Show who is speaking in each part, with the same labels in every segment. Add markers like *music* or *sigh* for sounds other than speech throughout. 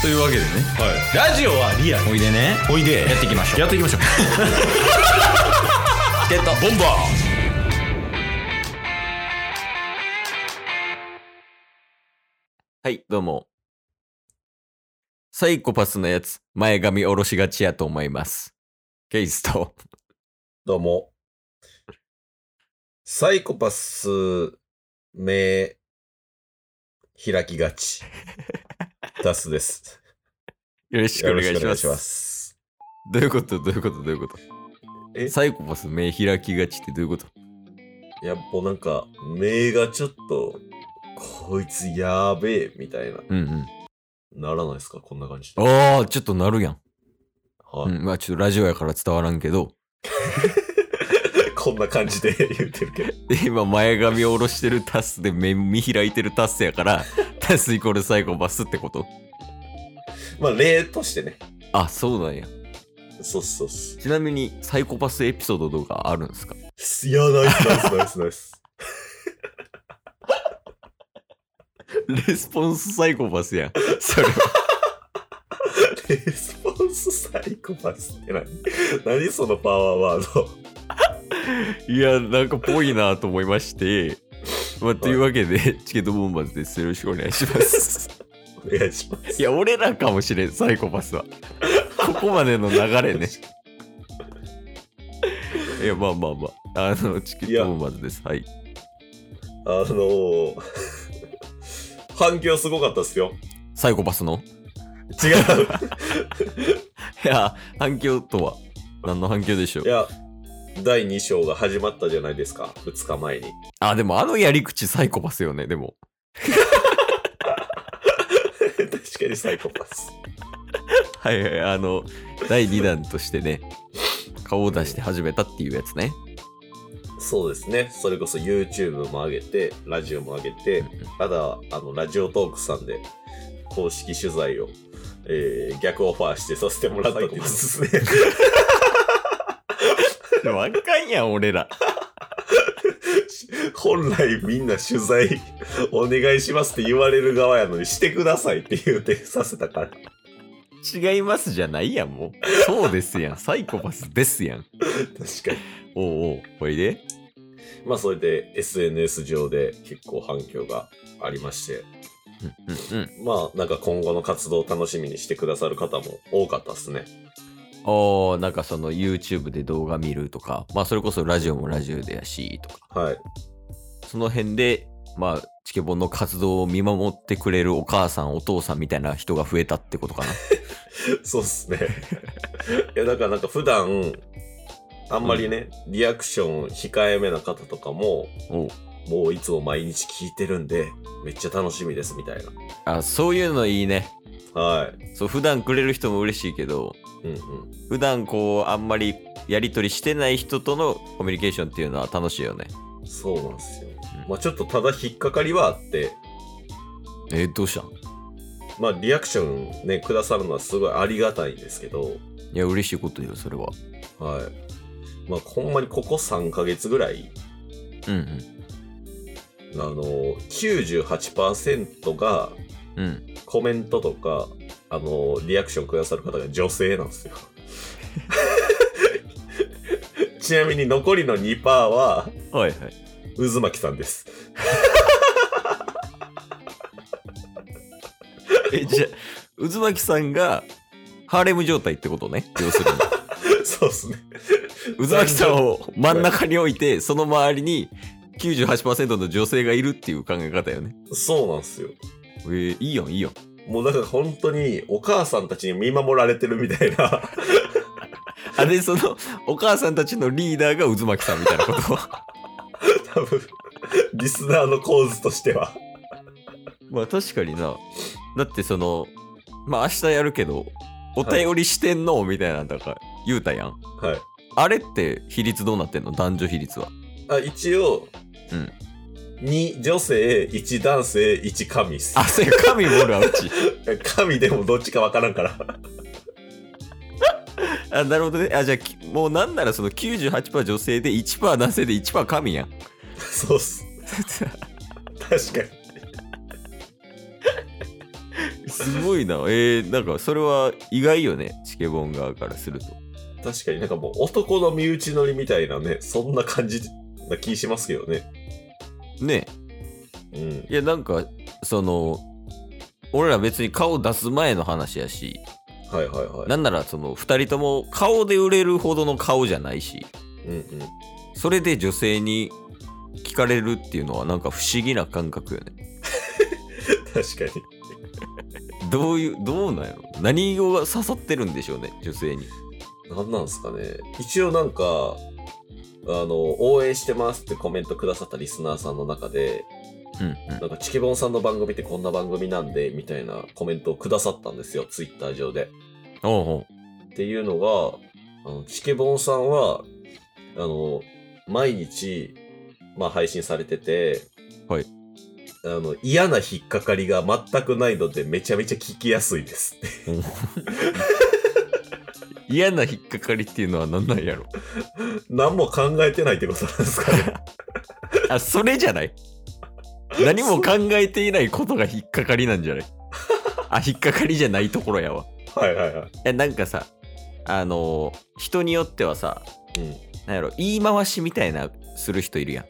Speaker 1: というわけでね
Speaker 2: はい、ラジオはリアル
Speaker 1: おいでね
Speaker 2: おいで
Speaker 1: やっていきましょう
Speaker 2: やっていきましょう
Speaker 1: ゲット
Speaker 2: ボンバ
Speaker 1: はいどうもサイコパスのやつ前髪下ろしがちやと思いますケイスと
Speaker 3: どうも。サイコパス、目、開きがち。ダ
Speaker 1: *laughs*
Speaker 3: スです。
Speaker 1: よろしくお
Speaker 3: よろ
Speaker 1: 願
Speaker 3: し
Speaker 1: い
Speaker 3: くお
Speaker 1: し
Speaker 3: 願
Speaker 1: ま
Speaker 3: い
Speaker 1: す
Speaker 3: します。
Speaker 1: どういうことどういうことどういうこと
Speaker 3: え
Speaker 1: サイコパス目開きがちってどういうこと
Speaker 3: いや、もうなんか、目がちょっと、こいつやべえ、みたいな。
Speaker 1: うんうん
Speaker 3: ならないですかこんな感じで。
Speaker 1: ああちょっとなるやん、
Speaker 3: は
Speaker 1: う
Speaker 3: い。
Speaker 1: ん、まあちょっとラジオやから伝わらんけど *laughs*
Speaker 3: こんな感じで *laughs* 言ってるけど。
Speaker 1: 今前髪下ろしてるタスで目見開いてるタスや *laughs* からタスイコールサイコパスってこと
Speaker 3: まあ、例としてね。
Speaker 1: あそうなんや
Speaker 3: そうそうそ
Speaker 1: ちなみにサイコパスエピソードとかあるんですか
Speaker 3: う。いや、ナイスナイスナイスナイス。
Speaker 1: レスポンスサイコパスやん。それは。
Speaker 3: レスポンスサイコパスって何何そのパワーワード。
Speaker 1: いや、なんかぽいなと思いまして。まあ、というわけで、チケットボンバーズです。よろしくお願いし *laughs* ます。
Speaker 3: お願いします。
Speaker 1: いや、俺らかもしれん、サイコパスは。ここまでの流 *laughs* れね。いや、まあまあまあ。あの、チケットボンバーズです。はい。
Speaker 3: あの *laughs* ー、反響すごかったっすよ。
Speaker 1: サイコパスの *laughs*
Speaker 3: 違 *laughs* う。
Speaker 1: いや、反響とは何の反響でしょ
Speaker 3: いうや、第2章が始まったじゃないですか、2日 *laughs* 前に。
Speaker 1: あ、でもあのやり口サイコパスよね、でも。 *laughs*
Speaker 3: 確かにサイコパス。
Speaker 1: はいはい、あの、第2弾としてね、顔を出して始めたっていうやつね。 *laughs*
Speaker 3: そうですね。それこそ YouTube も上げて、ラジオも上げて、ただ、あの、ラジオトークさんで公式取材を、えー逆オファーしてさせてもらったっていうやつですね。
Speaker 1: でもあかんやん、俺ら。
Speaker 3: 本来みんな取材お願いしますって言われる側やのにしてくださいって言うてさせたから。
Speaker 1: 違いますじゃないやん、もう。そうですやん、サイコパスですやん。
Speaker 3: 確かに。
Speaker 1: おうおう、おいで。
Speaker 3: まあそれで SNS 上で結構反響がありまして、
Speaker 1: うんうん。
Speaker 3: まあなんか今後の活動を楽しみにしてくださる方も多かったっすね。
Speaker 1: おー、なんかその YouTube で動画見るとか、まあそれこそラジオもラジオでやし、とか。
Speaker 3: はい。 *laughs*
Speaker 1: その辺で、まあ、チケボンの活動を見守ってくれるお母さん、お父さんみたいな人が増えたってことかな。
Speaker 3: そうっすね。いやだからなんか普段、あんまりね、リアクション控えめな方とかも、
Speaker 1: *laughs* おう
Speaker 3: もういつも毎日聞いてるんで、めっちゃ楽しみですみたい
Speaker 1: あ、そういうのいいね。
Speaker 3: な。はい。
Speaker 1: そう、普段くれる人も嬉しいけど、
Speaker 3: うんうん。
Speaker 1: 普段こうあんまりやり取りしてない人とのコミュニケーションっていうのは楽しいよね
Speaker 3: そうなんですよ
Speaker 1: う。ん
Speaker 3: まあちょっとただ引っかかりはあって、
Speaker 1: えどうした
Speaker 3: まあリアクションね、くださるのはすごいありがたいんですけど、
Speaker 1: いや嬉しいことよそれは
Speaker 3: はい。まあ、ほんまにここ3ヶ月ぐらい、
Speaker 1: うん
Speaker 3: あの、98%が
Speaker 1: うんうん
Speaker 3: コメントとか、あの、リアクションくださる方が女性なんですよ。ちなみに残りの2%は、
Speaker 1: はいはい
Speaker 3: 渦巻さんです。
Speaker 1: えじゃあ渦巻さんがハーレム状態ってことね要する
Speaker 3: そうっすね。
Speaker 1: に渦巻さんを真ん中に置いてその周りに98%の女性がいるっていう考え方よね
Speaker 3: そうなんですよ。
Speaker 1: えー、いいやんいいやん
Speaker 3: もうだから本当にお母さんたちに見守られてるみたいな。
Speaker 1: あれそのお母さんたちのリーダーが渦巻さんみたいなこと
Speaker 3: 多分、リスナーの構図としては。
Speaker 1: まあ確かにな。だってその、まあ明日やるけど、お便りしてんの、みたいなんだから言うたやん。
Speaker 3: はい。
Speaker 1: あれって比率どうなってんの男女比率は。
Speaker 3: あ、一応、
Speaker 1: うん
Speaker 3: 2女性、1男性、1神っす
Speaker 1: あ、。そうや、神もおるわ、うち。
Speaker 3: 神でもどっちかわからんから。 *laughs*
Speaker 1: あ、なるほどね。あ、じゃあき、もうなんならその98%女性で1%男性で1%神やん。
Speaker 3: そうっす。確かに。
Speaker 1: すごいな。えー、なんかそれは意外よね。チケボン側からすると。
Speaker 3: 確かになんかもう男の身内乗りみたいなね、そんな感じな気しますけどね。
Speaker 1: ね
Speaker 3: うん。
Speaker 1: いや、なんか、その、俺ら別に顔出す前の話やし、
Speaker 3: はいはいはい。
Speaker 1: なんならその2人とも顔で売れるほどの顔じゃないし、
Speaker 3: うんうん。
Speaker 1: それで女性に聞かれるっていうのはなんか不思議な感覚よね。
Speaker 3: 確かに。
Speaker 1: どういう、どうなんやろ何を刺さってるんでしょうね、女性に。
Speaker 3: なんなんすかね。一応なんか、あの、応援してますってコメントくださったリスナーさんの中で、
Speaker 1: うんうん。
Speaker 3: なんかチケボンさんの番組ってこんな番組なんで、みたいなコメントをくださったんですよ、ツイッター上で。
Speaker 1: おうおう
Speaker 3: っていうのが、あのチケボンさんは、あの、毎日、まあ配信されてて、
Speaker 1: はい。
Speaker 3: あの、嫌な引っかかりが全くないので、めちゃめちゃ聞きやすいです *laughs* って。
Speaker 1: 嫌な引っかかりっていうのは何なんやろ
Speaker 3: 何も考えてないってことなんですかね。
Speaker 1: *laughs* あ、それじゃない何も考えていないことが引っかかりなんじゃ
Speaker 3: *laughs*
Speaker 1: ないあ、引っかかりじゃないところやわ。
Speaker 3: はいはいはい。
Speaker 1: え、なんかさ、あの人によってはさ、
Speaker 3: うん。
Speaker 1: なんやろ、言い回しみたいなする人いるやん。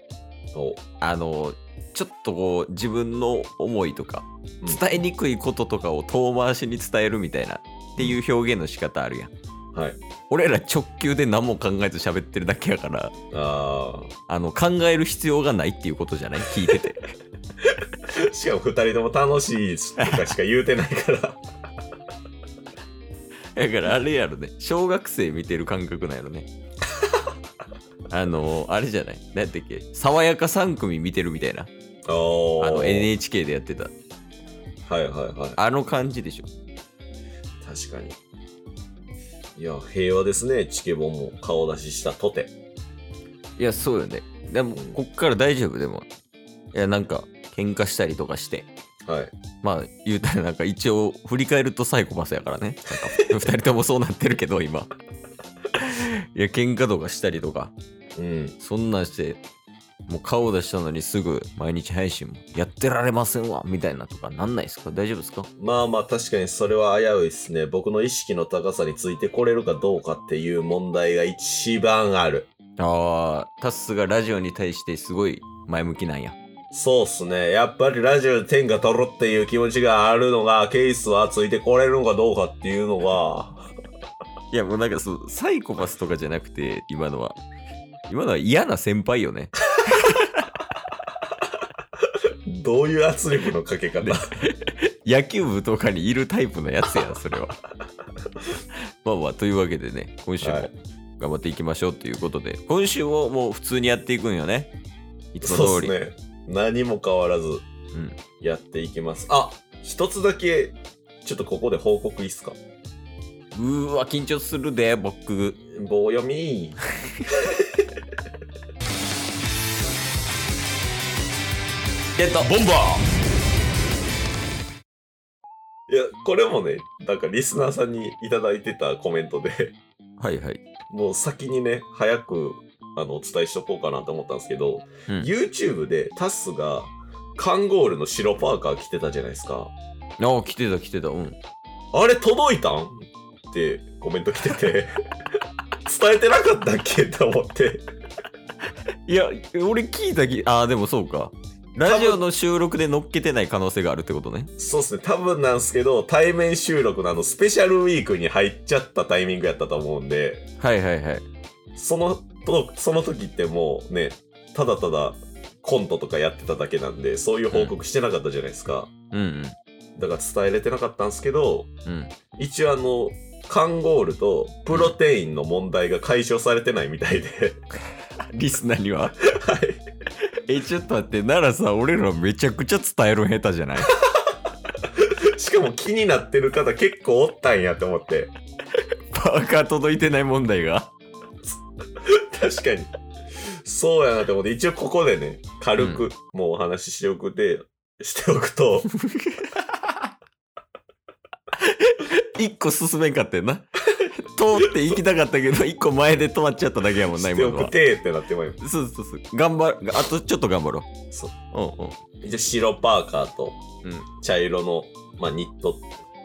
Speaker 3: お
Speaker 1: あのちょっとこう自分の思いとか
Speaker 3: うん
Speaker 1: 伝えにくいこととかを遠回しに伝えるみたいなっていう表現の仕方あるやん
Speaker 3: はい。
Speaker 1: 俺ら直球で何も考えず喋ってるだけやから
Speaker 3: あ
Speaker 1: あの考える必要がないっていうことじゃない聞いてて
Speaker 3: あ。しかも二人とも楽しいとかしか言うてな
Speaker 1: *laughs*
Speaker 3: いから。
Speaker 1: だからあれやろね小学生見てる感覚なんやろ
Speaker 3: *laughs*
Speaker 1: ねあのあれじゃない何やったっけ爽やか3組見てるみたいな
Speaker 3: おー
Speaker 1: あの NHK でやってた
Speaker 3: はいはいはい。
Speaker 1: あの感じでしょ
Speaker 3: 確かに。いや、平和ですね。チケボンも顔出ししたとて。
Speaker 1: いや、そうよね。でも、こっから大丈夫でも。いや、なんか、喧嘩したりとかして。
Speaker 3: はい。
Speaker 1: まあ、言うたらなんか、一応、振り返るとサイコパスやからね。なんか、二人ともそうなってるけど、
Speaker 3: *laughs*
Speaker 1: 今。いや、喧嘩とかしたりとか、
Speaker 3: うん。
Speaker 1: そんなんして、もう顔出したのにすぐ毎日配信もやってられませんわみたいなとかなんないですか大丈夫ですか
Speaker 3: まあまあ確かにそれは危ういですね。僕の意識の高さについてこれるかどうかっていう問題が一番ある。
Speaker 1: ああ、タッスがラジオに対してすごい前向きなんや。
Speaker 3: そうっすね。やっぱりラジオで天下取るっていう気持ちがあるのが、ケースはついてこれるのかどうかっていうのが、 *laughs*
Speaker 1: いやもうなんかそうサイコパスとかじゃなくて今のは今のは嫌な先輩よね
Speaker 3: どういう圧力のかけ方
Speaker 1: 野球部とかにいるタイプのやつやんそれはまあまあというわけでね今週
Speaker 3: は
Speaker 1: も
Speaker 3: い
Speaker 1: 頑張っていきましょうということで、今週ももう普通にやっていくんよねいつも
Speaker 3: そう
Speaker 1: 通
Speaker 3: で
Speaker 1: り
Speaker 3: すね。何も変わらず
Speaker 1: ん、
Speaker 3: やっていきます。あ、一つだけ、ちょっとここで報告いいっすか
Speaker 1: うーわ緊張するで僕
Speaker 3: 棒読み
Speaker 1: ゲット
Speaker 2: ボンバ
Speaker 3: いやこれもねなんかリスナーさんにいただいてたコメントで
Speaker 1: はいはい
Speaker 3: もう先にね早くあのお伝えしとこうかなと思ったんですけど、
Speaker 1: うん
Speaker 3: YouTube でタスがカンゴールの白パーカー着てたじゃないですか
Speaker 1: ああ来てた来てたうん
Speaker 3: あれ届いたんってコメント来てて *laughs* 伝えてなかったっけと思って
Speaker 1: いや俺聞いたきああでもそうかラジオの収録で乗っけてない可能性があるってことね
Speaker 3: そうっすね多分なんですけど対面収録のあのスペシャルウィークに入っちゃったタイミングやったと思うんで
Speaker 1: はいはいはい
Speaker 3: そのとその時ってもうねただただコントとかやってただけなんでそういう報告してなかったじゃないですか、
Speaker 1: うん
Speaker 3: だから伝えれてなかったんですけど
Speaker 1: うんうん
Speaker 3: 一応あのカンゴールとプロテインの問題が解消されてないみたいで、 *laughs*
Speaker 1: *laughs* リスナーには
Speaker 3: はい
Speaker 1: えちょっと待って奈良さん俺らめちゃくちゃ伝える下手じゃない *laughs*
Speaker 3: しかも気になってる方結構おったんやと思って
Speaker 1: パーカー届いてない問題が
Speaker 3: 確かにそうやなと思って一応ここでね軽くもうお話ししておくでしておくと
Speaker 1: *laughs* 一個進めんかってんな通って行きたかったけど、一個前で止まっちゃっただけやもんな、
Speaker 3: し
Speaker 1: 今
Speaker 3: て
Speaker 1: の
Speaker 3: お
Speaker 1: は
Speaker 3: く。てってなってまいりま
Speaker 1: そうそうそう。頑張る。あとちょっと頑張ろう。
Speaker 3: すそう
Speaker 1: うんうん。
Speaker 3: 一応白パーカーと
Speaker 1: うん
Speaker 3: 茶色の、まあ、ニット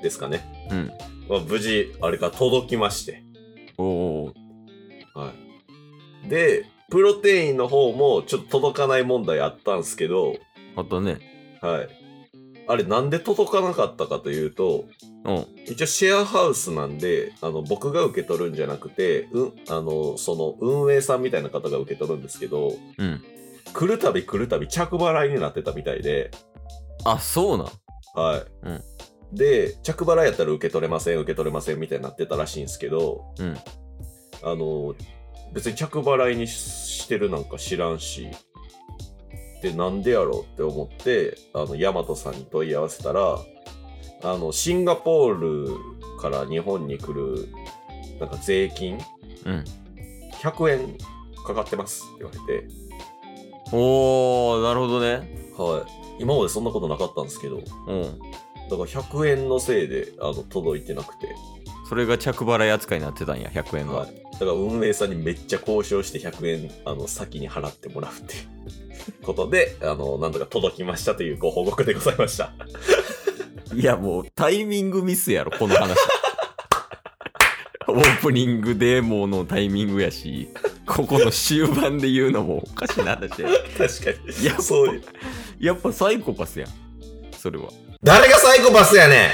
Speaker 3: ですかね、
Speaker 1: うん。
Speaker 3: まあ、無事あれが届きまして、
Speaker 1: おおー。
Speaker 3: はい、でプロテインの方もちょっと届かない問題あったんですけど、
Speaker 1: あとね。
Speaker 3: はい、あれなんで届かなかったかというと
Speaker 1: うん。
Speaker 3: 一応シェアハウスなんであの僕が受け取るんじゃなくて、うん、あのその運営さんみたいな方が受け取るんですけど
Speaker 1: うん。
Speaker 3: 来るたび来るたび着払いになってたみたいで。
Speaker 1: あ、そうなん。
Speaker 3: はい。
Speaker 1: うん
Speaker 3: で、着払いやったら受け取れません、受け取れませんみたいになってたらしいんですけど、
Speaker 1: うん
Speaker 3: あの、別に着払いにしてるなんか知らんし、で、なんでやろうって思って、あの、ヤマトさんに問い合わせたら、あの、シンガポールから日本に来る、なんか税金、
Speaker 1: うん。
Speaker 3: 100円かかってますって言われて、
Speaker 1: おお、なるほどね。
Speaker 3: はい。今までそんなことなかったんですけど、だか
Speaker 1: うん。
Speaker 3: ら100円のせいで、あの、届いてなくて、
Speaker 1: それが着払い扱いになってたんや、100円が。
Speaker 3: はい、だから運営さんにめっちゃ交渉して100円あの先に払ってもらうって
Speaker 1: *laughs*
Speaker 3: いうことであのなんとか届きましたというご報告でござい
Speaker 1: *laughs*
Speaker 3: ました
Speaker 1: いや、もうタイミングミスやろ、この話。 *laughs* オープニングでもうのタイミングやし、ここの終盤で言うのも *laughs* おかしいな話や。
Speaker 3: 確かに
Speaker 1: いや
Speaker 3: そういう
Speaker 1: やっぱサイコパスやん。それは。
Speaker 3: 誰がサイコパスやね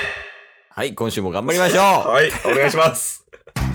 Speaker 1: はい、今週も頑張りましょう、
Speaker 3: んはいお願いします